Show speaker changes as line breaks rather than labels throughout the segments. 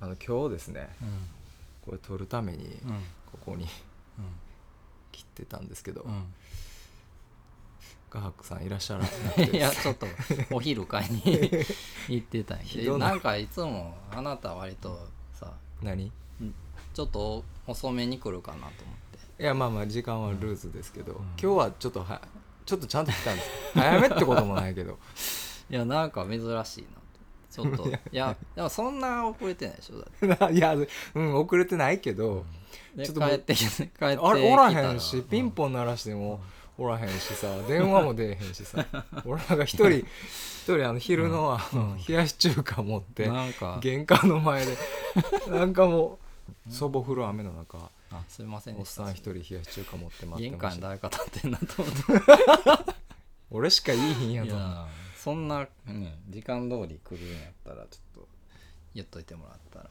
あの今日ですね
う
これ撮るために
んうん
ここに切ってたんですけど、
う
画伯さんいらっしゃらなく
ん
て
うん、いやちょっとお昼買いに行ってたんやけ
ひど
ど
ない
なんかいつもあなた割とさ
何い
ちょっと遅めに来るかなと思って
やまあまあ時間はルーズですけど、
ん
今日はちょっとはちょっとちゃんと来たんです早めってこともないけど
いやなんか珍しいなとちょっといやでもそんな遅れてないでしょだっ て
いや うん遅れてないけど、
で
ちょっともう
帰ってきて帰ってきたら
あれおらへんしピンポン鳴らしてもおらへんしさ電話も出えへんし さ俺らが一人一人あの昼のあの冷やし中華持って
なんか
玄関の前でなんかもう祖母降る雨の中
あすいません
おっ
でした
さん一人冷やし中華持って待っ
玄
てま
関
し
に
た
誰か立ってんなと思って
俺しかいいひんや
い
と思う
やそんな、ね、時間通り来るんやったらちょっと言っといてもらったら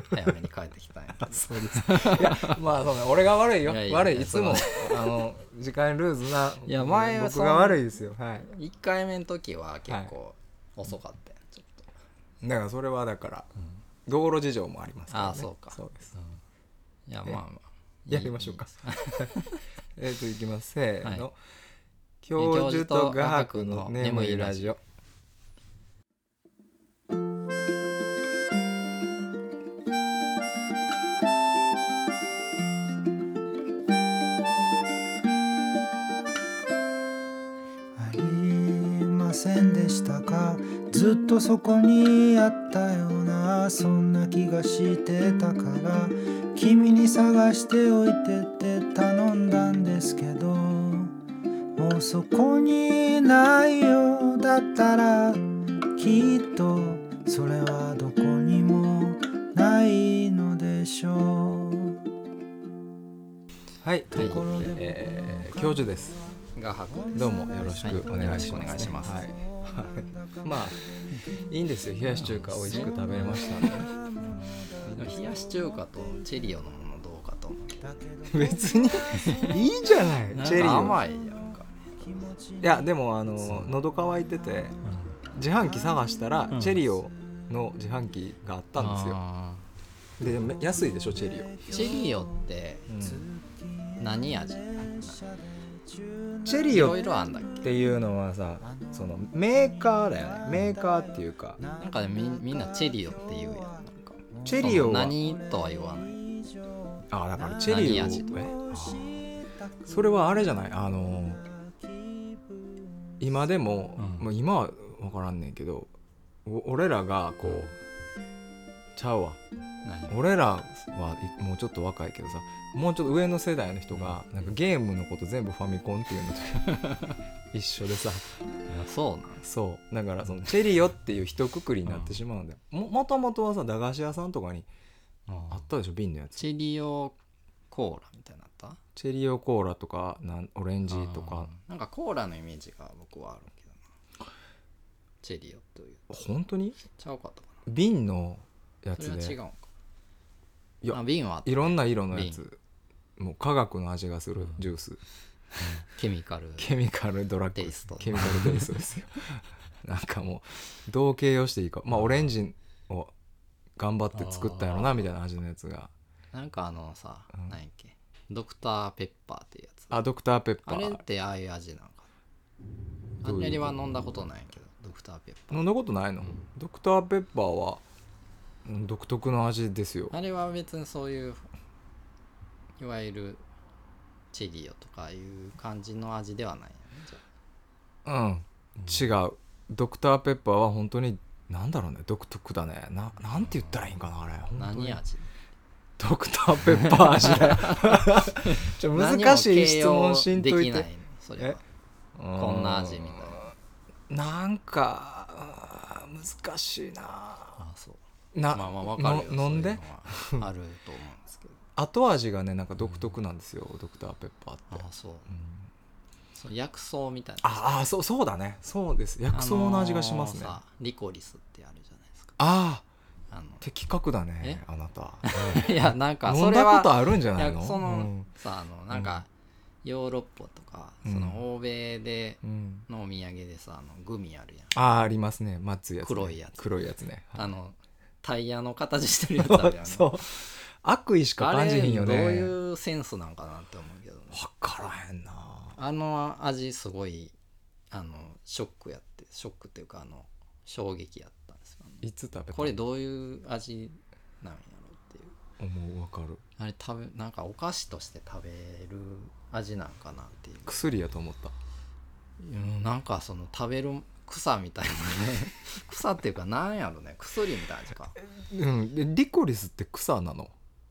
早めに帰ってきたんやけど
そうですいやまあそうね俺が悪いよ
いやいや
悪い
いや
いつもあの時間ルーズない
や前は
僕
そん
が悪いですよはい
1回目の時は結構遅かったよちょっと、
だからそれはだから道路事情もありますからね
あそうか
そうです
いやまあまあ
やりましょうか えっといきますせー
は
の教授と画伯の眠いラジオ
ありませんでしたかずっとそこにあったようなそんな気がしてたから君に探しておいてって頼んだんですけどもうそこにないよだったらきっとそれはどこにもないのでしょう
はい
ということで
えー教授です
画伯
どうもよろしくお願いします、ね
はいよろくお願いします
はいはいまあいいんですよ冷やし中華美味しく食べれましたんで
でも冷やし中華とチェリオのものどうかと思うけど
別にいいじゃないチェリ
なんか
ーを
甘いやんか
いやでもあの喉乾いてて自販機探したら
ん
チェリオの自販機があったんですよ
あ
ででも安いでしょチェリオ
ーチェリオって何味
チェ
い
リオ
ろい
っ
ろあんだっけ
ていうのはさそのメーカーだよねメーカーっていうか
なんかみみんなチェリオって言うやんなんか
チェリオは
何とは言わない
あだからチェリ
何
オ
味とか
えあーそれはあれじゃないあの今でも、
うん
もう今は分からんねんけどお俺らがこう、ちゃうわ
何
俺らはいもうちょっと若いけどさもうちょっと上の世代の人がなんかゲームのこと全部ファミコンっていうのと 一緒でさ
あそうなん
そうだからそのチェリオっていう一括りになってしまうんだよ、ももともとはさ駄菓子屋さんとかにあったでしょ瓶のやつ
チェリオコーラみたいなのあった
チェリオコーラとかなんオレンジとか
なんかコーラのイメージが僕はあるけどなチェリオという
本当に
ちゃうかったか
瓶のや
なそ
つ
れ
で
は違うんか
いや
あ瓶はあった
いろんな色のやつもう科学の味がするジュース、
ケミカル
ケミカルドラッグ
テイスト
ケミカルベースト ですよなんかもうどう形容していいかまあオレンジを頑張って作ったやろなみたいな味のやつが
なんかあのさ、
ん
何やっけドクターペッパーっていうやつ
あドクターペッパ
あれっ
ー
てああいう味なのかあ
どういうん
まりは飲んだことないけどドクターペッパ
飲んだことないの、ドクターペッパーはうん独特の味ですよ
ーあれは別にそういういわゆるチェリオとかいう感じの味ではないよねじゃあ
うん違うドクターペッパーは本当になんだろうね独特だねななんて言ったらいいんかなあれ本当に
何味
ドクターペッパー味だよ ちょ難しい質問しんとい
何も形容でき
て
ないそれは
え
こんな味みたいな
ななんかあー難しいな
あそう
な、
まあまあわかるよ
の飲んで
そういうのはあると思うんですけど
後味がねなんか独特なんですよ、ドクターペッパーって
あそう,、そう薬草みたいな
ああそうそうだねそうです薬草の味がしますね、
あのー
あ
さリコリスってあるじゃないですか
あ
あ
ー的確だね
え
あな た
の いやなんか
飲
そ
ん
れ
だこと
は
あるんじゃ
い
ない
や
の
その、
うん
さあのなんか、ヨーロッパとかそ
うん
の欧米で
うん
のお土産でさあのグミあるやん、
あーありますね松やつね
黒いやつ
黒いやつね
あのタイヤの形してるやつある や ん
そう悪意しか
あ
感
れ
じひんよね
どういうセンスなんかなって思うけどね
分からへんな
あの味すごいあのショックやってショックっていうかあの衝撃やったんですよね
いつ食べた
これどういう味なんやろっていう
思う分かる
あれ食べなんかお菓子として食べる味なんかなっていう
薬やと思った
うんなんかその食べる草みたいなね 草っていうかなんやろね薬みたいな味か
うんでリコリスって草なの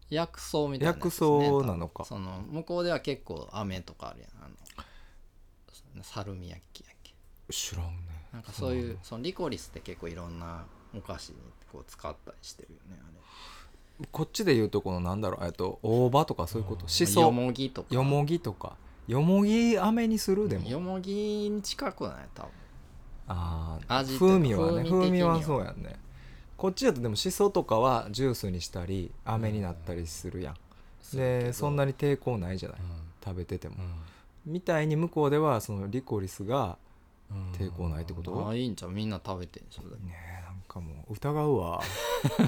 薬草みたいなやつ
薬
です
草
ね、
なのか
その向こうでは結構飴とかあるやんあのサルミヤッキやっけ
知らんね
なんかそういうそのリコリスって結構いろんなお菓子にこう使ったりしてるよねあれ
こっちで言うとこのなんだろうえっと大葉とかそういうことしそ
よもぎとか
よもぎとかよもぎ飴にするでも
よもぎに近くない多分
あー
味っていうか
風味はね
風味的には
風味はそうやんねこっちだとでもしそとかはジュースにしたり飴になったりするやんでそんな
に、
に抵抗ないじゃない
うん
食べてても
うん
みたいに向こうではそのリコリスが
うん
抵抗ないってこと
あいいんちゃうみんな食べてんでしょ
ねえなんかもう疑う わ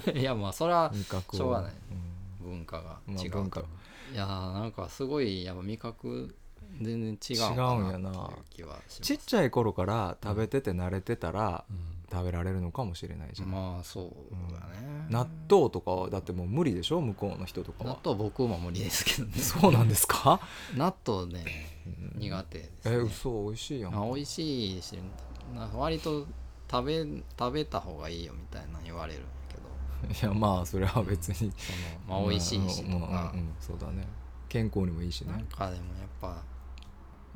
でもいやまあそれは
味覚を
しょうがない
うん
文化が
まあ
違うと、
文化
いやーなんかすごいやっぱ味覚全然違うんか
違うんやな
っていう気はします
ちっちゃい頃から食べてて慣れてたら食べられるのかもしれないじゃん
まあそうだね、
納豆とかはだってもう無理でしょ向こうの人とか
納
は
豆僕も無理ですけどね
そうなんですか
納豆ね苦手です、
え
ね
嘘美味しいやん
あ美味しいしな割と食べ食べた方がいいよみたいなの言われるんやけ
い
ど
やまあそれは別に
その、まあ、美味しいしとか
うんうんうんそうだね健康にもいいし
なん
ね
かでもやっぱ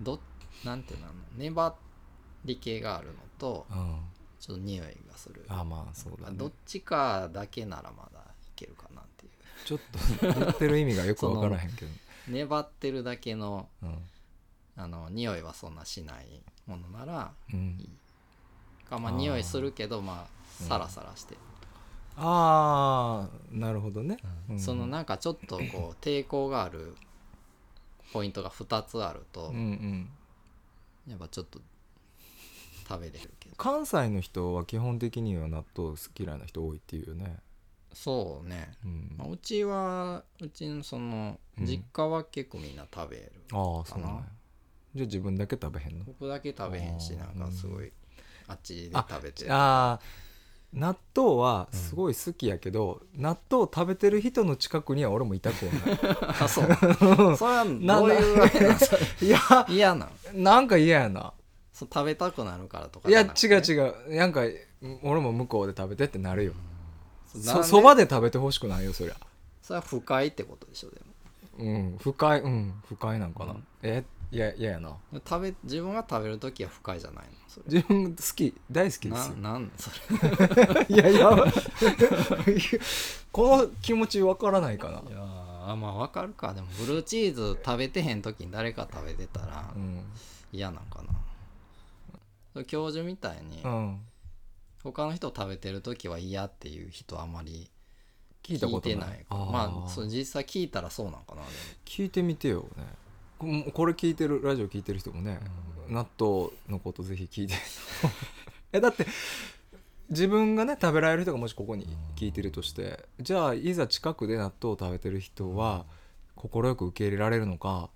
どなんていうの粘り系があるのと
うん
ちょっと匂いがする
あまあそうだね
どっちかだけならまだいけるかなっていう
ちょっと 言ってる意味がよくわからへんけど
粘ってるだけの
うん
あの匂いはそんなしないものなら
うん
かまあ
あー
匂いするけどまあサラサラしてる
ああなるほどねうん
そのなんかちょっとこ う抵抗があるポイントが2つある
う
と
んうん
やっぱちょっと食べれるけど
関西の人は基本的には納豆好き嫌いな人多いっていうよね
そうね
うん
まあうちはうちのその
うん
実家は結構みんな食べる、
ああそうなんや
かな
じゃあ自分だけ食べへんの
僕だけ食べへんし
あ
な
ー
んかすごいあっちで食べてる
ああ納豆はすごい好きやけど、納豆を食べてる人の近くには俺もいたくはない
あ そうそれはどういうわけなんですか
いや
嫌なの
なんか嫌やな
そう食べたくなるからとか
いや違う
う
違うなんか俺も向こうで食べてってなるよ
そ
そそばで食べてほしくないよそりゃ
それは不快ってことでしょで
うん不快うん不快なんかな、
うん
えいや嫌やな
も食べ自分が食べる時は不快じゃないのそれ
自分好き大好きです
な
よ
なんそれ
いやい やこの気持ちわからないかない
やーまあわかるかでもブルーチーズ食べてへん時に誰か食べてたら
うん、
嫌なんかなそれ教授みたいに
うん、
他の人食べてる時は嫌っていう人あまり
聞いたこと
て
ない
ないから
あー
まあそう実際聞いたらそうなんかなでも
聞いてみてよねこもうこれ聞いてるラジオ聞いてる人もね、納豆のことぜひ聞いて えだって自分がね食べられる人がもしここに聞いてるとしてじゃあいざ近くで納豆を食べてる人は快く受け入れられるのか、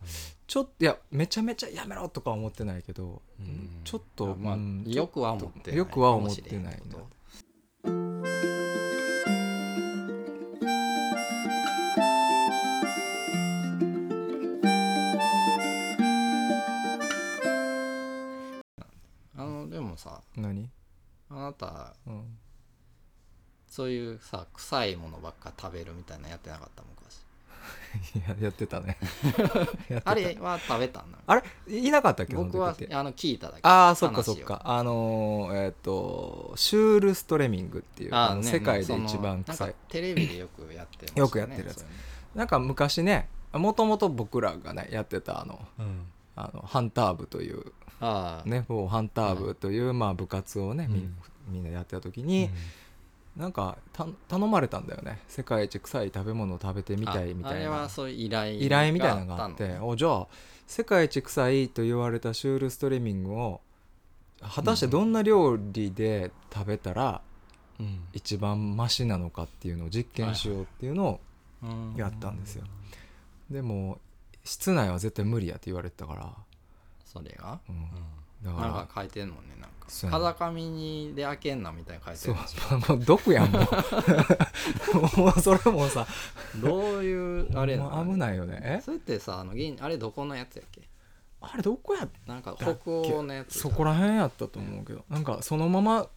ちょっといやめちゃめちゃやめろとかは思ってないけど、
うん
ちょっと、
まあ
うん
よくは思ってない
よくは思ってないな
かもしれんけどあのでもさ
何、
あなた
うん、
そういうさ臭いものばっか食べるみたいなのやってなかった昔
いややってたねやってた
あれは食べたんだ
あれいなかったっけ
僕は
その時って
あの聞いただけ
ああそっか
話
そ
を
っかあのーえっ、とシュール・ストレミングっていうあ
あー
の
ね
世界で
ね
一番
そ
臭い、
のなんかテレビでよくやってましたね
よくやってるやつ
それね
なんか昔ねもともと僕らがねやってたあのあのハンター部という
ああ
ねフォーハンター部という、まあ、部活をねみ,、
うん
みんなでやってた時に、なんかた頼まれたんだよね世界一臭い食べ物を食べてみたいみ
ああ
たい
れ
な
はそういう依頼
依頼みたいなのがあって
が
おじゃあ世界一臭いと言われたシュール・ストレミングを果たしてどんな料理で食べたら
うん
一番マシなのかっていうのを実験しようっていうのを
うん
やったんですよ、でも室内は絶対無理やって言われてたから、
それが、
うん
う
だ
ん、
か
な
ら
んか書いてんもんねなんか
そうやね
風上にで開けんなみたいな書いて
そ
る
う
でしょ
もう毒やんもう もうそれもさ
どういうあれな
もう
の
危ないよねえ
それってさあの銀あれどこのやつやっけ
あれどこや
なんか北欧のやつ
そこら辺やったと思うけどなんかそのまま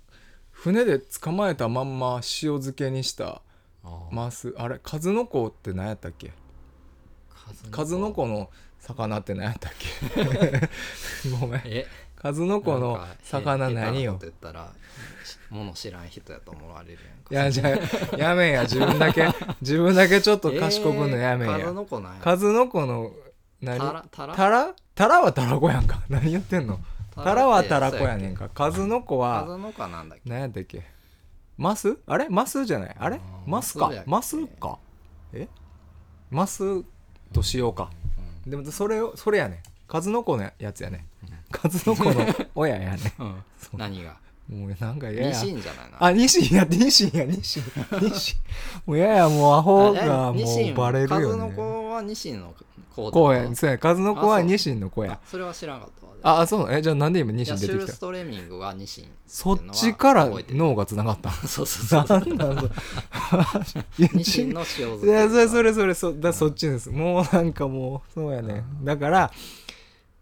船で捕まえたまんま塩漬けにした
ああ
マスあれ数の子って何やったっけ数の子の魚って何やったっけ ごめん
え
数の子の
なんか
魚
へ
何
下
よ
手なこと言ったらし物知らん人やと思われるや
いや
んか
じゃあやめんや自分だけ自分だけちょっと賢くのやめんや、
えー数の子なんや
数の子の何
タラタラ
タラタラはタラ子やんか 何言ってんの
タラ
タラは
って
タラ子やねんか数の子は
数の子はなんだっけ
何やったっけマスあれマスじゃないあれ
あー
マスかマ
マ
ス
ス
かえマスとしようかでもそれをそれやねん数の子のやつやねん数の子の親 やね
うんうん
う
何が
んもうなんか嫌
ニ
や
シンじゃないな
あニシンやニシンやニシンニシンもう嫌やもうアホが
あニ
も
シン
うバレる
数
よ
の
ね
子はニシンの子ってこと
公園そうや数の子
あ
は
そう
ニシンの子や
あそれは知らなかったわ
ああそうえじゃあなんで今ニ
い
シ
や
ン
シ
出て
ュ
き
ル
た
ストレミングは ニシン
そっちから
覚えてる
脳がつながった
そう そうそうそう
なん なんそれ
ニシンの塩漬
い
け
やそれそれそれそだそっちですもうなんかもうそうやねだから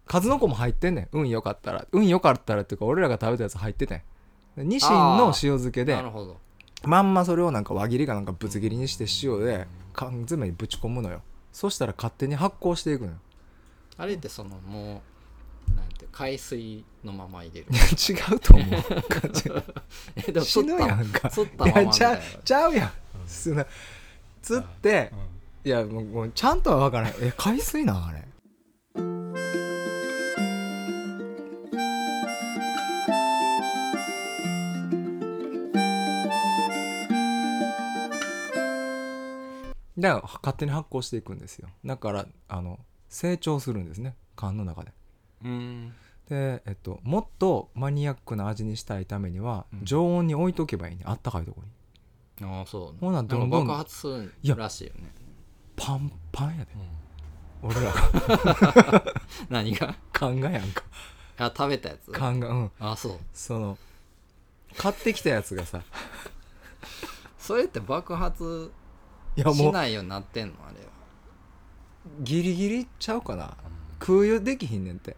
数の子も入ってんねん運よかったら運よかったらっていうか俺らが食べたやつ入っててんニシンの塩漬けで
なるほど
まんまそれをなんか輪切りかなんかぶつ切りにして塩で缶詰にぶち込むのよそしたら勝手に発酵していくのよ
あれってそのもうなんて海水のまま入れる
違うと思う
え でも
死
釣
ぬ
った
やんか
釣った
い
まま
や
み
ち
たい
ゃ
な
ちゃうやんそんな釣っていやもうもうちゃんとは分からないえ海水なんあれだから勝手に発酵していくんですよだからあの成長するんですね缶の中で
うん
で、えっと、もっとマニアックな味にしたいためには、
うん
常温に置いとけばいいねあったかいところに
ああそう
ほな
なんか
どんどん
爆発する
いや
らしいよね
パンパンやで
うん
俺ら
何が
缶がやんか
あ食べたやつ
缶がうん
あそう
その買ってきたやつが さ
それって爆発
いやも
し
う
ないようになってんのあれは
ギリギリちゃうかな空輸できひんねんて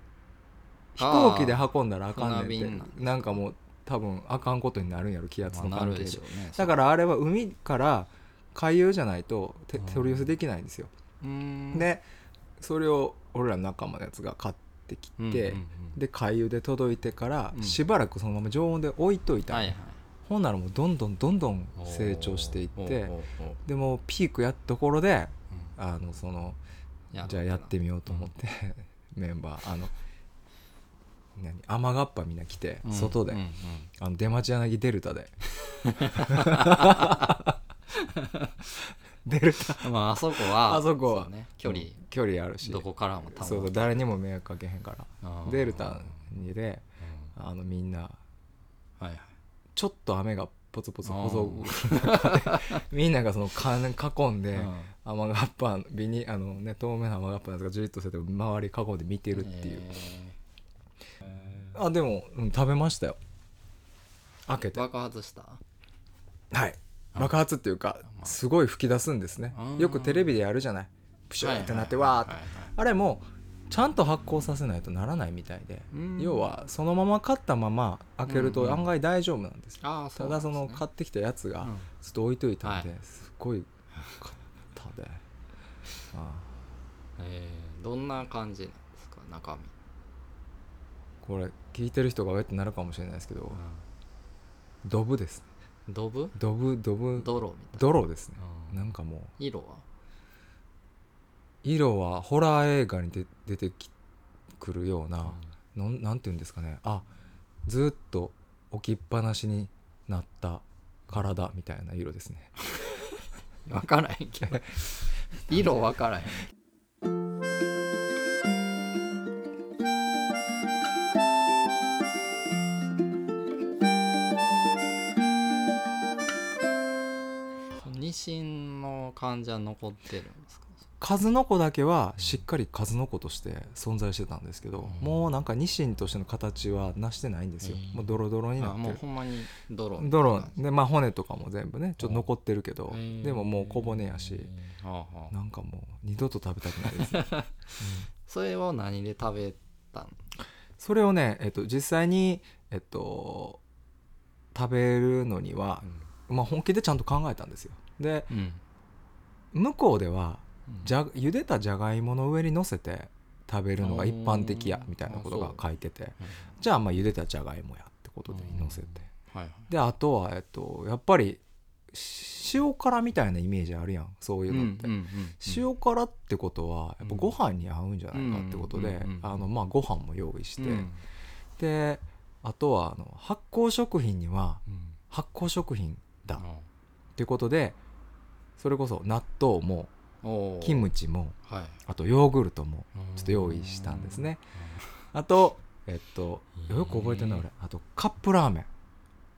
飛行機で運んだらあかんね
船
ん
便
てなんかもう多分あかんことになるんやろ気圧
ま
の
あな
関
る
係
で
で
しょうね
だからあれは海から海流じゃないとて
うん
取り寄せできないんですよ
うーん
でそれを俺らの仲間のやつが買ってき
うんうんうん
てで海流で届いてから
うん
しばらくそのまま常温で置いといたの
はいはい
ほんならもうどんどんどんどん成長していって
おうおうおう
でもうピークやったところで
うん
あのその
やろうかな
じゃあやってみようと思って、メンバーあの何雨がっぱみんな来て、
うん
外で、
うんうん
あの出町柳デルタ でデルタ
まああそこ は
あそこは
うね距離
距離あるし
どこからも多分
そうそう誰にも迷惑かけへんから
あー
デルタにで
うん
あのみんな
はいはい
ちょっと雨がポツポツほど みんながその缶囲んで、
うん
雨がっぱビニあのね透明な雨がっぱなんですがじりっとしてて周り囲んで見てるっていう、
えー
あでも、うん、食べましたよ開けて
爆発した
はい爆発っていうか
まあ
すごい噴き出すんですね
うん
よくテレビでやるじゃないプシューってなってわーってあれもちゃんと発酵させないとならないみたいで
うん
要はそのまま買ったまま開ける
うん
と
うん
案外大丈夫なんですよ
ああ
ただその買
カ
ってきたやつが
うん
ずっと置いといたん
は
ですっごい買ったで ああ
えーどんな感じなんですか中身
これ聞いてる人が上ってなるかもしれないですけどドブです
ドブ
ドブドブ
泥みたい
泥ですね
なう
な
ん
んかもう
色は
色はホラー映画にで出てきくるような、なん、なんて言うんですかねあずっと置きっぱなしになった体みたいな色ですね
分からへん けど色分からへんニシンの患者残ってるんですか
数の子だけはしっかり数の子として存在してたんですけど、
うん
もうなんかニシンとしての形はなしてないんですよ、
うん
もうドロドロにな
あ
って
もう
る
ほんまに泥みたい
ド
な
ロ
感じ
でまあ骨とかも全部ねちょっと残ってるけど、
うん
でももう小骨やし、
はあはあ
なんかもう二度と食べたくないです、 うん
それを何で食べたの
それをね、えっと、実際に、えっと、食べるのには、まあ、本気でちゃんと考えたんですよで
うん
向こうではじ
ゃ
ゃ茹でたじゃがいもの上に乗せて食べるのが一般的や
うん
みたいなことが書いてて
うん
じゃあまあ茹でたじゃがいもやってことで乗せて
はいはい
であとはえっとやっぱりし塩辛みたいなイメージあるやんそういう
うんう
のっ
ん
て
う。ん
塩辛ってことはやっぱご飯に合うんじゃないかってこと
うんう
で
んうんうん
あのまあご飯も用意して
うん
であとはあの発酵食品には
うん
発酵食品だ
あ
ってことでそれこそ納豆も
おー
キムチも
はい
あとヨーグルトも
うん
ちょっと用意したんですねあとえっと
うん
よく覚えてるな俺あとカップラーメ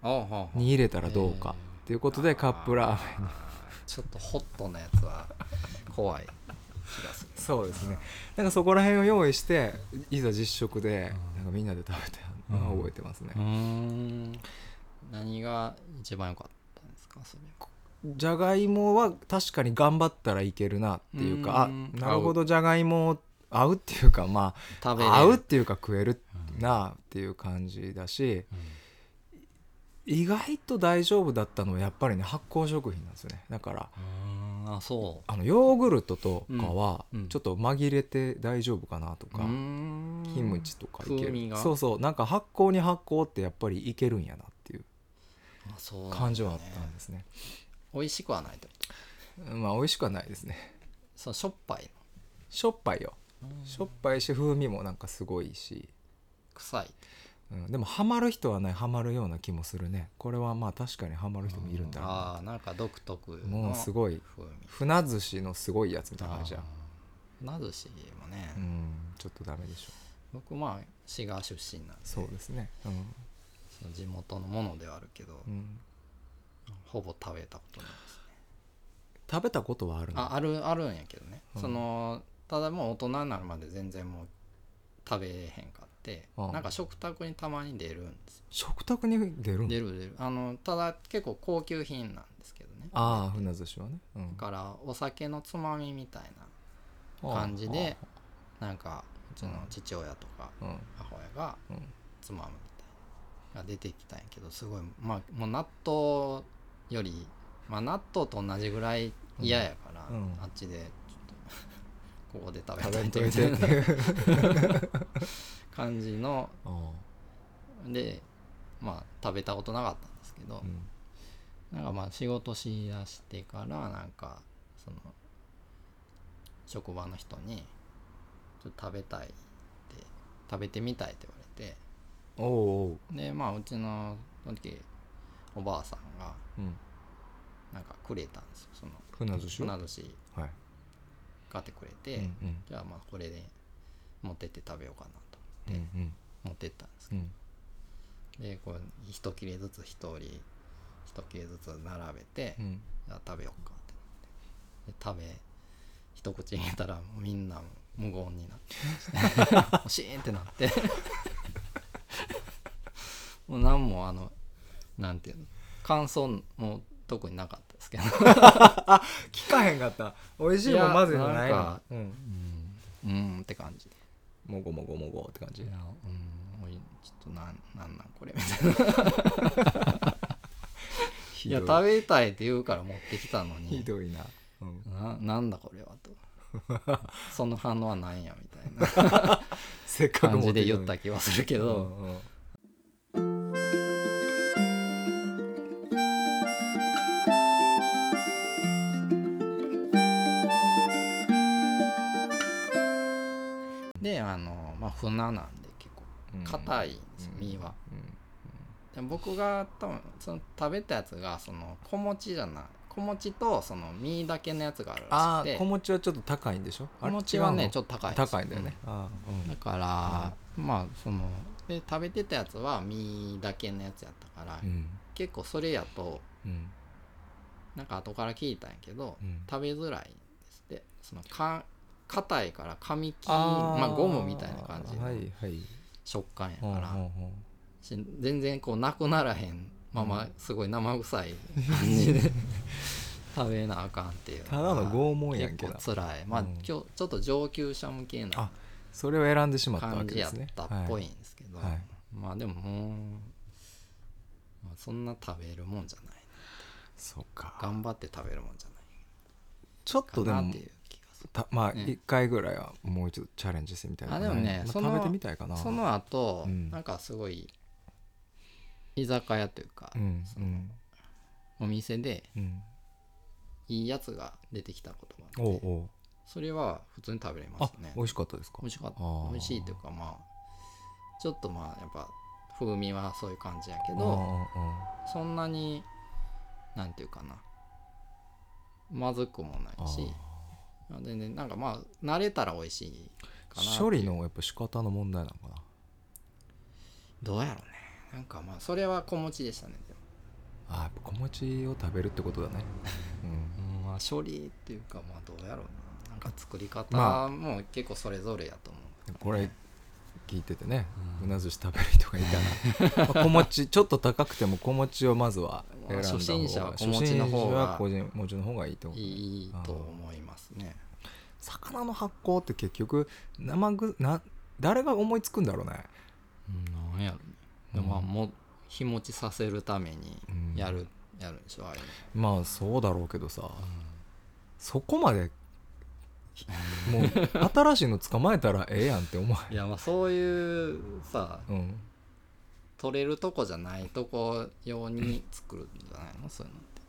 あーはあはあ
ンに入れたらどうか
えー
っていうことでカップラーメン
あーちょっとホットなやつは怖い気がする
そうですねなんかそこら辺を用意していざ実食でなんかみんなで食べて
うん
覚えてますね
うん何が一番良かったんですかそれは
じゃがいもは確かに頑張ったらいけるなっていうか
うん
あなるほどじゃがいも合うっていうかま
食べれる
あ合うっていうか食えるなっていう感じだし意外と大丈夫だったのはやっぱりね発酵食品なんですよねだから
うんうんあそう
あのヨーグルトとかは
うんうん
ちょっと紛れて大丈夫かなとか、キ
キ
ムチとかいけ
風味
る
が
そうそうなんか発酵に発酵ってやっぱりいけるんやなっていう
あそうなんだね
感じはあったんですね
美味しくはないってこと
まあ美味しくはないですね
そうしょっぱい
しょっぱいよ
の
しょっぱいし風味もなんかすごいし、
臭い
うん、でもハマる人はねハマるような気もするねこれはまあ確かにハマる人もいるんだろうな
ああなんか独特の
もうすごい
風味
船寿司のすごいやつみたいな感じじゃん
なずしもね、
うんちょっとダメでしょ
僕まあ滋賀出身なんで
そうですねうん、
その地元のものではあるけど、
うん、
ほぼ食べたことないですね
食べたことはあるの
ああるあるんやけどね、
うん
そのただもう大人になるまで全然もう食べへんかって、
うん
なんか食卓にたまに出るんですよ
食卓に出るん
出る出るあのただ結構高級品なんですけどねだ
ああ船寿司はね、うん、
からお酒のつまみみたいな感じでなんかうちの父親とか
ああああ
母親が
うんうん
つまむみたいなのが出てきたんやけどすごいまあもう納豆より、まあ、納豆と同じぐらい嫌やから、
うんうん
あっちでちょっと ここで食
食
べ
べ
とい
と
て
いて
み
った
い
て
な
いう
感じの
あ
でまあ食べたことなかったんですけ
あ
ど
う、ん
なんかまあ仕事しだしてからなんかその職場の人に「ちょっと食べたい」って「食べてみたい」って言われて
おうおう
でまあうちのその時おばあさんが
うん
なんかくれたんですよその
船寿司を
船寿司
はい
買ってくれて、
うんうん
じゃあまあこれで持ってって食べようかなと
うんうん
持ってったんです
うん
でこう一切れずつ一人一切れずつ並べて、
うん
じゃあ食べようかってなってで食べ一口入れたらもうみんな無言になって ましたシーンってなってもう何もあのなんていうの感想も特になかったですけど
聞かへんかった美味しいもん混ぜてない
いやなん
の
か
うん
うんうんって感じで
もごもごもごって感
い
じ
やうんおいちょっとなんなんなんこれみたいな
ひ
いや
ど
食べたいって言うから持ってきたの
ひ
に
どいなうん
ななんだこれは とその反応はなんやみたいな
せっかく
感
持
じ
って
で
きた
言
の
っ
に
た気はするけど、
うんうん
であの、まあ、船なんで結構
うん
硬いんですよ、
うん
身は
うん
で僕が多分その食べたやつがその小餅じゃない小餅とその身だけのやつがあ
あ
るらし
あ小
くて
餅はちょっと高いんでしょ
小餅はねち
ょっ
ょっと高いです
高いんだよね、ああうん
うんだから、まあそので食べてたやつは身だけのやつやったから、
うん
結構それやと
うん
なんか後から聞いたんやけど、
うん
食べづらいんですってそのか硬いから噛み切り
あー
まあゴムみたいな感じ
は
の
いはい
食感やから、
うんうんうん
し全然こうなくならへんまま、すごい生 臭い感じで食べなあかんっていう
ただの拷問やんけ
結
な
構つらいまあ、
うん
きょちょっと上級者向けな
あそれを選んでしまったわ
感
け
じ
で
やっ
すね
たっぽい
は
んですけど、
はい
まあでももう、まあそんな食べるもんじゃない
そうか
頑張って食べるもんじゃない
ちょっとで
かなっ
も
ていう気がする
たまあ
ね
一回ぐらいはもう一度チャレンジしてみたいな
あでもね
まあ
その
食べてみたいかな
その後、
うん
なんかすごい居酒屋というか、
うん
そうの
ん
お店で
うん
いいやつが出てきたことがあって
おうおう
それは普通に食べれま
あ
すね
美味しかったですか
美味しかった
あー
美味しいというかまあちょっとまあやっぱ風味はそういう感じやけ
け
どそんなになんていうかなまずくもないしまあ全然なんかまあ慣れたら美味しいかなっていう
処理のやっぱ仕方の問題なのか
どうやろうねなんかまあそれは小持ちでしたねでも
なあーやっぱ小餅を食べるってことだ ねうん
うんまあ処理っていうかまあどうやろうななんか作り
ま
方も結構それぞれやと思う、
これ聞いててね
うん
うな寿司食べる人がいた らまあ小餅ちょっと高くても小餅をまずは選んだ方が
初心者は小餅の方が
初心者は小餅の方がいいと思う
いいと思いますね
魚の発酵って結局生ぐな誰が思いつくんだろうね、
うんなんやろねでもまあも日持ちさせるために
うん
やる、やるんでしょあれも
まあそうだろうけどさ、そこまでもう新しいの捕まえたらええやんって思
いやまあそういうさ
う、うん、
取れるとこじゃないとこ用に作るんじゃないのそういうのって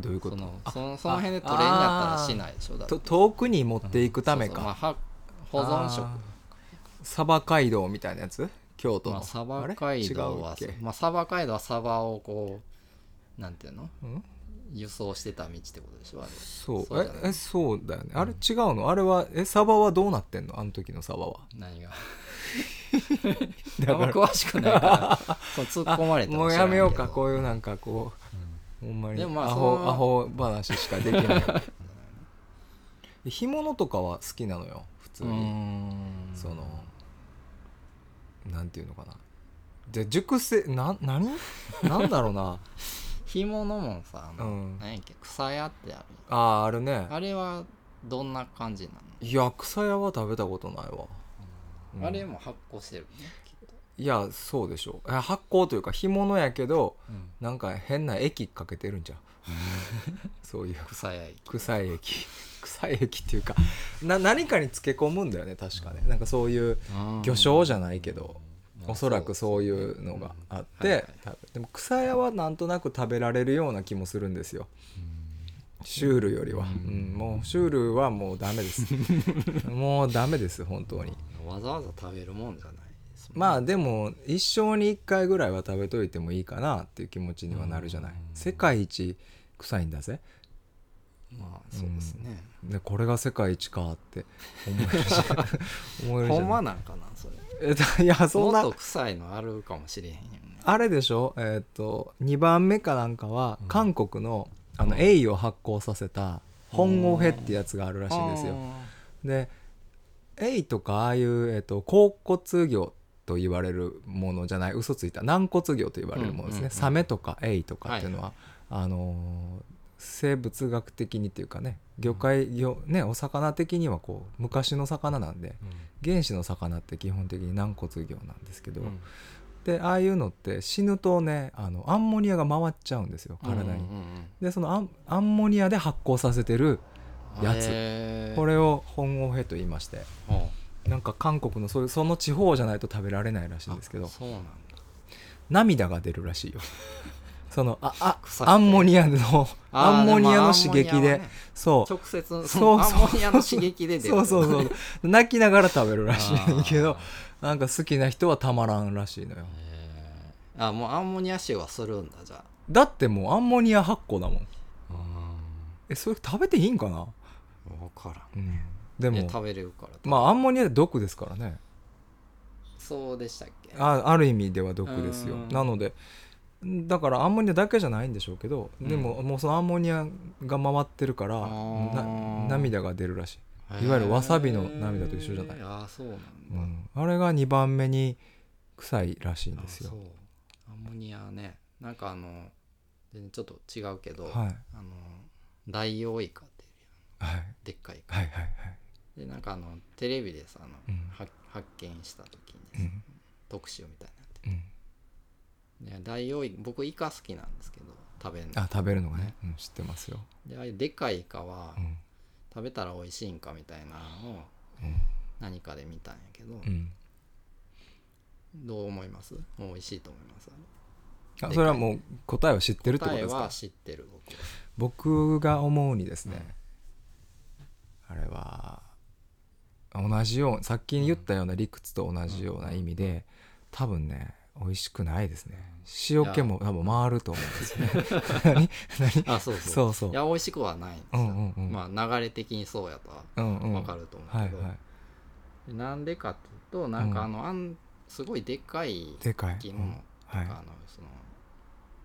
どういうこ
そ
と
のそのその辺で取れんかったらしないでしょだって
と遠くに持っていくため
そうそうまあ
か、
は保存食
あサバ街道みたいなやつ京都の、
まあサバ街道は
あれ違うっけ、
まあ、サバ街道はサバをこうなんていうの
うん、
輸送してた道ってことでしょあれ
そう
そうじゃない
ええそうだよねあれ違うのあれはえサバはどうなってんのあの時のサバは
何があ
だ
んま
から
詳しくないからこう突っ込まれて
もう
知
や
らんけ
め
ど
ようかこういうなんかこう、ほんまに
で
ア
もまあ
ホ
その
アホ話しかできない 干物とかは好きなのよ普通
うー
に
ん
そのなんていうのかなで熟成な何なんだろうな
干物もさあの、
うん
何やっけ草屋ってある
あああるね
あれはどんな感じなの、
いや草屋は食べたことないわ、うん
あれも発酵してるねきっと、
いやそうでしょうえ発酵というか干物やけどなんか変な液かけてるんじ ゃんそういう
草屋行き
臭い液臭い液っていうかな何かに漬け込むんだよね確かねなんかそういう魚醤じゃないけど、おそらくそういうのがあって、
はいはい
食べでも草屋はなんとなく食べられるような気もするんですよ、シュールよりは、
うん
うんもうシュールはもうダメです もうダメです本当に
わざわざ食べるもんじゃないですもんね
まあでも一生に一回ぐらいは食べといてもいいかなっていう気持ちにはなるじゃない、
うん
世界一臭いんだぜ
まあそうですね、
でこれが世界一かって思えるじゃ ん思えるじゃ
ほ
ん
んまなんかなそれ
えっといやそん
もっ
な
と臭いのあるかもしれへんよね
あれでしょえっと2番目かなんかは
うん
韓国のあのエイを発酵させた本郷ヘってやつがあるらしいんですよでエイとかああいう、えっと甲骨魚と言われるものじゃない嘘ついた軟骨魚と言われるものですね、
うんうんうん
サメとかエイとかっていうのは、あのー生物学的にっていうかね魚介魚ねお魚的にはこう昔の魚なんで原始の魚って基本的に軟骨魚なんですけど、でああいうのって死ぬとねあのアンモニアが回っちゃうんですよ体に。でそのアンアンモニアで発酵させてるやつこ
れ
れを本郷ヘと言いましてなんか韓国のそういうその地方じゃないと食べられないらしいんですけど
そうなんだ
涙が出るらしい よそのああ
臭くて
アンモニアのアンモニアの刺激
あ
で、
ーもアンモニアはね
そう
直接その
そう
アンモニアの刺激で出る
そうそうそう泣きながら食べるらしいんだけど
あ
なんか好きな人はたまらんらしいのよ
へーあもうアンモニア臭はするんだじゃ
だってもうアンモニア発酵だもん
あ
えそれ食べていいんかな、
分から
うん、で
んいや
も
食べれるから
まあアンモニアで毒ですからね
そうでしたっけ
あある意味では毒ですよ
うん
なのでだからアンモニアだけじゃないんでしょうけど、でももうそのアンモニアが回ってるから
あー
な涙が出るらしい
へー
いわゆるわさびの涙と一緒じゃない
ああそうなんだ、
うん、あれが2番目に臭いらしいんです
あ
よ
そうアンモニアねなんかあの全然ちょっと違うけど、
はい
あのダイオウイカっていう
はい
でっかいイカ
はいはいはい
でなんかあのテレビでさあの、
うん
は発見した時に
う
さ
ん
特集みたいになって
うん
ねダイオウイ僕イカ好きなんですけど食べるの
あ食べるのがね、うん、知ってますよ、
でああいうでっかいイカは、
うん
食べたら美味しいんかみたいなのを何かで見たんやけど、
うん、
どう思いますもう美味しいと思います
あそれはもう答えは知ってるってこと
答え
です
は
か
知ってる僕
僕が思うにですね、あれは同じようさっき言ったような理屈と同じような意味で、多分ね美味しくないですね塩気も多分回ると思うんですよね 何何
あそう
そ
そう
うそう
いや美味しくはないんですよ、
うんうんうん
まあ流れ的にそうやとは
うんうん
分かると思うけ
はい
ど、
は
でなんでかっていうとなんかあの、あんすごいでかい
いでかい
生き物とか、
はい
あのその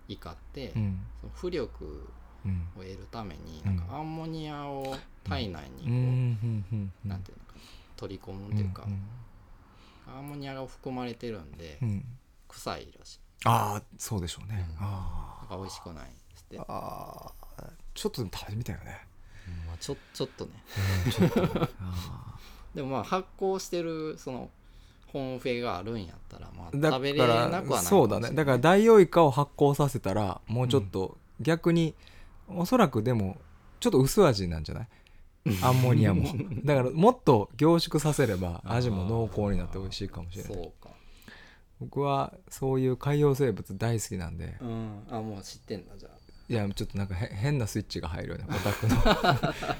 イカって、
うん
その浮力
うん
を得るために
う
なんんかアンモニアを体内にこ
う
う、
んうんうんうん
なんていうのかな取り込むっていうか、
ん
アンモニアが含まれてるんで、
うんうん
臭いらしい
ああそうでしょうね、
うん
あ
なんか美味しくないっつって
ーあーちょっとでも食べてみたいよね
まあ、ちょちょっとね
ちょっとねあ
でもまあ発酵してるその本フェがあるんやったらまあ
ーだ
食べれなくはない
からそうだねだからダイオウイカを発酵させたらもうちょっと逆に、おそらくでもちょっと薄味なんじゃないアンモニア もだからもっと凝縮させれば味も濃厚になって美味しいかもしれ
そ
ないう
か
僕はそういう海洋生物大好きなんで
うんあもう知ってんだじゃあ
いやちょっとなんかへ変なスイッチが入るよねオタ クの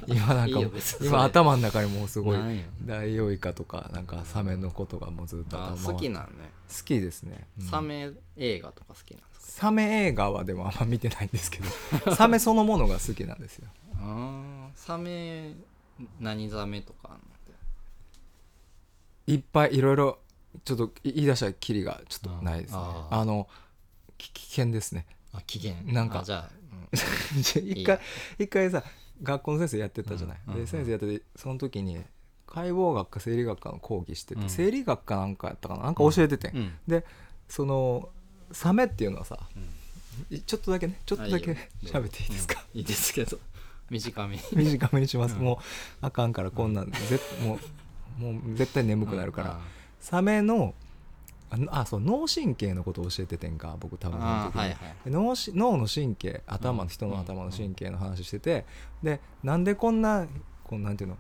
今なんか
いい
も
よ
う
別にそれ
今頭の中にもうすごい
なんや
ダイオウイカとかなんかサメのことがもうずっと
あ
頭
好き
好
なんね、
きですね、うん
サメ映画とか好きなんですか
サメ映画はでもあんま見てないんですけ どサメそのものが好きなんですよ
あーサメ何ザメとかあんの
いっぱいいろいろちょっとい言い出したらキリがちょっとないですねあ
あー
のき危険です ね
あ危険
なんか
あじゃあ、
一回一回さ学校の先生やってたじゃない、
うんうんう
で
ん
先生やっててその時に解剖学か生理学かの講義してて、
うん
生理学かなんかやったかななんか教えてて、
うんうん
でそのサメっていうのはさ、いちょっとだけねちょっとだ
あ
け
いいよ
喋っていいですか、
うんいいですけど短めに
短めにします、
うん
もうあかんからこんなんぜ もうもう絶対眠くなるから、サメのあのあそう脳神経のことを教えててんか僕多分その
あ
時
ー
に
はいはい
で脳し脳の神経頭
う
の
ん
人の頭の神経の話してて、でなんでこんなこうなんていうの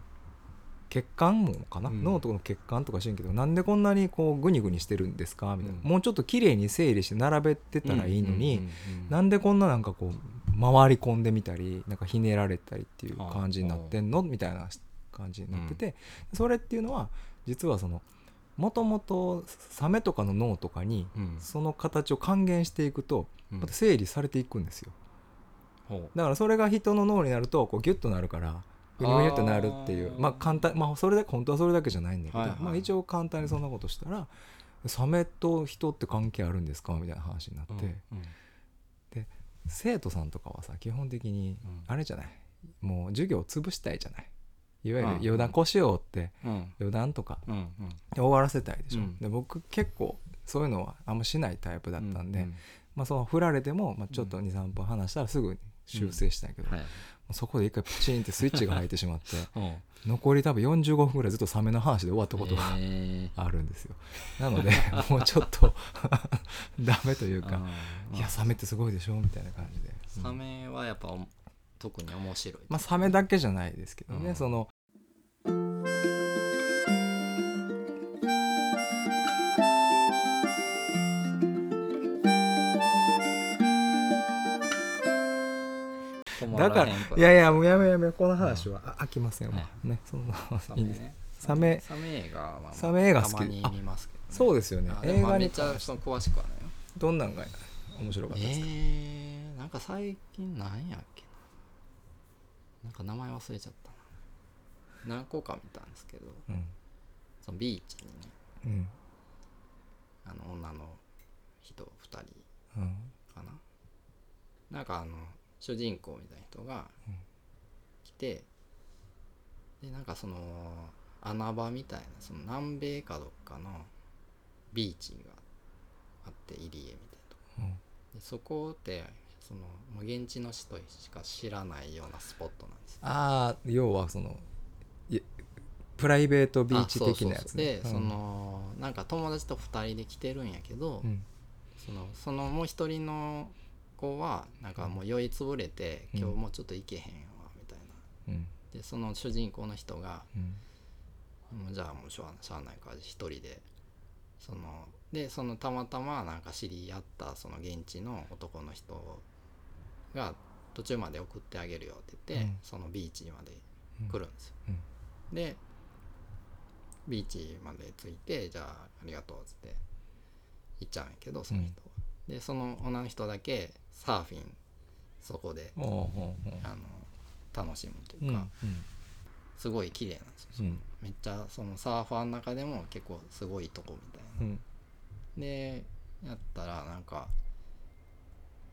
血管もかな、
うん
脳とかの血管とか神経とかなんでこんなにこうグニグニしてるんですかみたいな、もうちょっと綺麗に整理して並べてたらいいのに、
うんうんうん
なんでこんななんかこう回り込んでみたりなんかひねられたりっていう感じになってんのみたいな感じになってて、それっていうのは実はそのもともとサメとかの脳とかに
うん
その形を還元していくと
うん
また整理されていくんですよ
ほう
だからそれが人の脳になるとこうギュッとなるからグニグニってなるっていう
あー
まあ簡単まあそれだけ本当はそれだけじゃないんだけど、
はいはい
まあ、一応簡単にそんなことしたらサメと人って関係あるんですかみたいな話になって。
うんうん
生徒さんとかはさ基本的に
うん
あれじゃない、もう授業を潰したいじゃないいわゆる
うん
余談腰を折って
うん
余談とか
うんうん
終わらせたいでしょ、
うん
で僕結構そういうのはあんましないタイプだったんで、
うう
まあ、その振られても、まあ、ちょっと23分話したらすぐ修正したんやけど、
はい
そこで一回プチンってスイッチが入ってしまって
うん
残り多分45分ぐらいずっとサメの話で終わったことが
えー
あるんですよ、なのでもうちょっと ダメというか
あ
「
ー
いやサメってすごいでしょ」みたいな感じで。うん
サメはやっぱおも特に面白い、
まあ、サメだけじゃないですけどね、
うん
その
止ま
だから
へん
いやいやもうやめやめこの話は、あ飽きませんわ、
は
ねその
サ
い
メ
いんです
ね
サメ
サメ映画はまあ
サメ映画好き
たまに見ますけど、ね、
そうですよね
あで
映
もまあ
画
めっ
に
ちゃ
関し
そ
て
の詳しくはないよ
どんなんが面白かったですか、
えー、なんか最近なんやっけななんか名前忘れちゃったな何個か見たんですけど
うん
そのビーチにね
うん
あの女の人2人
うん
がかななんかあの主人公みたいな人が
うん
来て、でなんかその穴場みたいなその南米かどっかのビーチがあって入り江みたいなとこ
うん
でそこってそのもう現地の人しか知らないようなスポットなんですよ
ああ要はそのいプライベートビーチ的なやつね
あそうそうそう
う
で、
ん
そのなんか友達と2人で来てるんやけど、
うん
そのそのもう一人の子はなんかもう酔いつぶれて、
うん
今日もうちょっと行けへんわみたいな
うん
でその主人公の人が
うん
もうじゃあもうしょうがないしゃあないから一人でそのでそのたまたまなんか知り合ったその現地の男の人が途中まで送ってあげるよって言って、
うん
そのビーチまで
うん
来るんですよ、
うん
でビーチまで着いてじゃあありがとうっつって行っちゃうんやけどその人は、でその女の人だけサーフィンそこで
おうおうおう
あの楽しむと
う
い
ん
う
う
か、
ん
すごい綺麗なんですよ
うん
めっちゃそのサーファーの中でも結構すごいとこみたいな
うん
でやったらなんか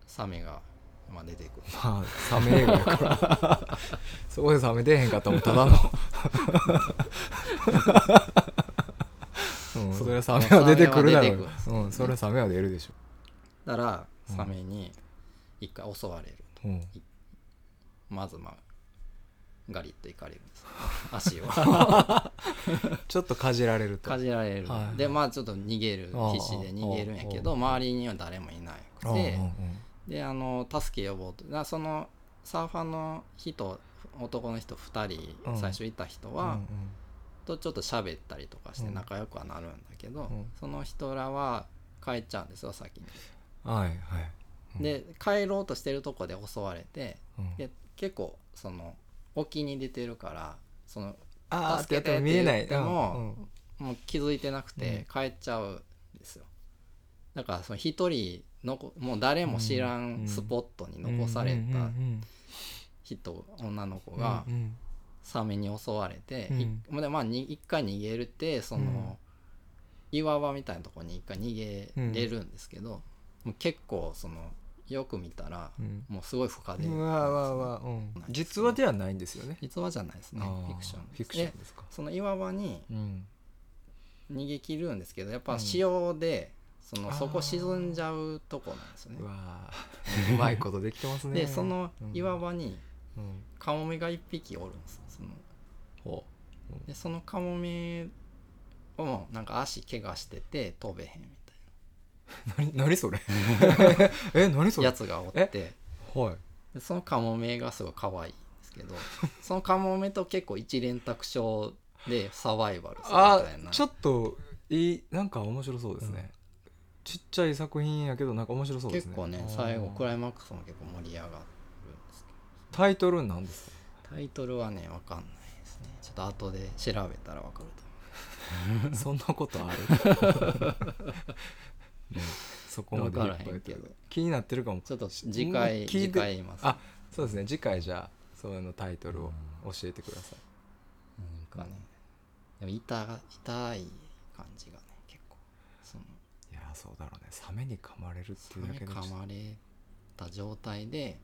サメが、まあ、出てくる
まあサメ映画やからそこでサメ出えへんかったらもうただのうん、それはサメは出てくるだろ
サメは出てくるん
う
で、す
うん、それはサメは出るでしょ、
だから
うん
サメに一回襲われると
うん、
まずまあガリッといかれるんです 足を
ちょっとかじられると
かじられる、
はい
でまあちょっと逃げる
ああ
必死で逃げるんやけ
あ
ど周りには誰もいな
うん
く
うん
て、であの助け呼ぼうとだからそのサーファーの人男の人2人、
うん
最初いた人
うん
は、とちょっと喋ったりとかして仲良くはなるんだけど、
うん
その人らは帰っちゃうんですよ先に。
うんはいはい、うん
で帰ろうとしてるとこで襲われて
うん
で結構その沖に出てるからその
あー
助けて
やっぱ見えない
って言っても
うんうん
もう気づいてなく
うん
て帰っちゃうんですよ。だからその一人のこもう誰も知ら
うんん
スポットに残された
うん
人女の子
うんうん
が
うんうん
サメに襲われて、
うん
いもうでまあに一回逃げるってその、
うん
岩場みたいなとこに一回逃げれるんですけど、もう結構そのよく見たら、
うん
もうすごい深で、
うわうわうわ、うん、実話ではないんですよね
実話じゃないですね
あー
フィクション
フィクショ
で
ンですか
その岩場に
うん
逃げ切るんですけどやっ
うん
ぱ潮で、そ
あ
の
ー
そこ沈んじゃうとこなんですよね
う。わーうまいことできてますね
でその岩
場、
場に
うんうん
カモメが一匹おるんですその
ほ
でそのカモメをもうなんか足怪我してて飛べへんみたいう
なになにそ れえなにそ
な
れ
やつがおって
はい
でそのカモメがすごい可愛いんで すけどそのカモメと結構一連卓勝でサバイバルするみ
あ
たいな
ちょっといいなんか面白そうですね、ちっちゃい作品やけどなんか面白そうです
結
ね
構ね
あー
最後クライマックスも結構盛り上がるんですけ
タイトルなん ですか
どタイトルはね分かんないですねちょっと後で調べたら分かると
そんなことある ねそこまで
わからへん
いっぱい
けど
気になってるかも
思うちょっと次回
聞いて
次回言います
あそうですね次回じゃあそのタイトルを教えてください
なんかねでも痛が痛い感じがね結構その
いやーそうだろうねサメに噛まれるって
サ
いうだ
メ
けでちょっ
噛
と
まれた状態で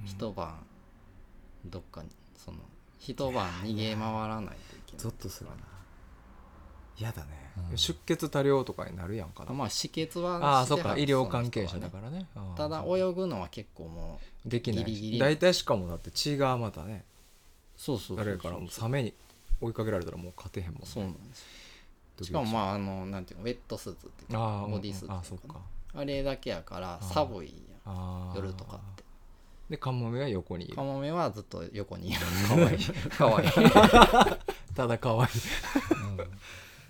うん
一晩どっかにその一晩逃げ回らないといけない
ゾッとするな嫌だね、
うん
出血多量とかになるやんか
あまあ止血は
ああ
し
そ
て
っ
は
か
る
医療関係
そ
者
の人
だ
はね
からねあー
ただ泳ぐのは結構もう
できない
ギリギリ
大体しかもだって血がまたね
そうそう
あれやからもうサメに追いかけられたらもう勝てへんもんね
そうなんですよ
ドキドキ
しかもまああのなんていうのウェットスーツっていう
あ
か
ー
ボディス
うんうんあ
ー
ー
ツ
そっ
っていう
か
かあれだけやから
あー
寒いや
あ
ん
ー
夜とかって
でカモメは横にいる
カモメはずっと横にいる
かわいい
かわいい
ただ可愛い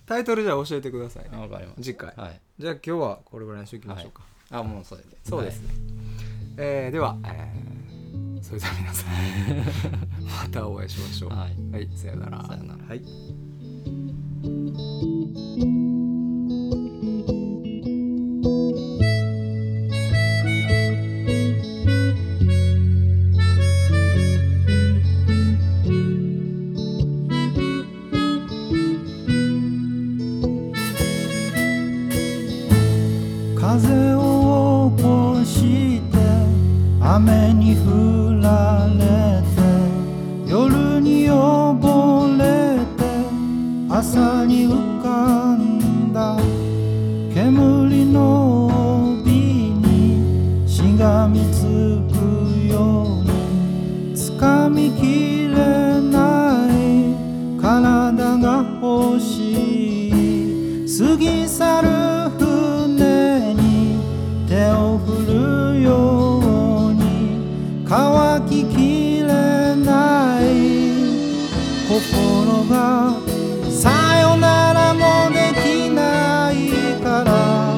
タイトルじゃあ教えてくださいね
わかります
次回
はい
じゃあ今日はこれぐらいにしときましょうか、
あもうそれで
そうですね、えーでは、えーそれでは皆さん またお会いしましょう
はいはい
はい、さよなら。
さよなら
はい。
風を起こし雨に降られて夜に溺れて朝に浮かんだ煙の帯にしがみつくように掴みきれない体が欲しい過ぎ去る船に手を振るように乾ききれない心がさよならもできないから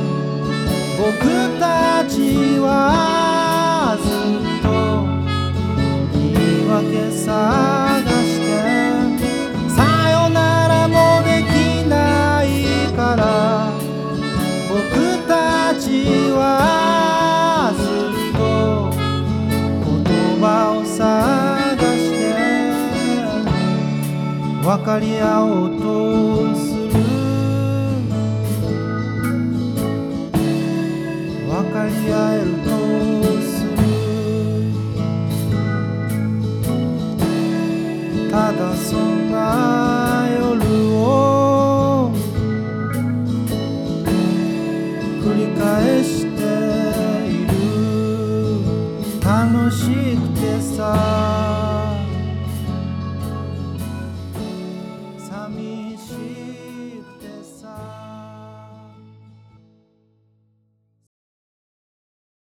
僕たちはずっと言い訳探してさよならもできないから僕たちはずっと言葉を探して分かり合おうとする分かり合えるとするただそんな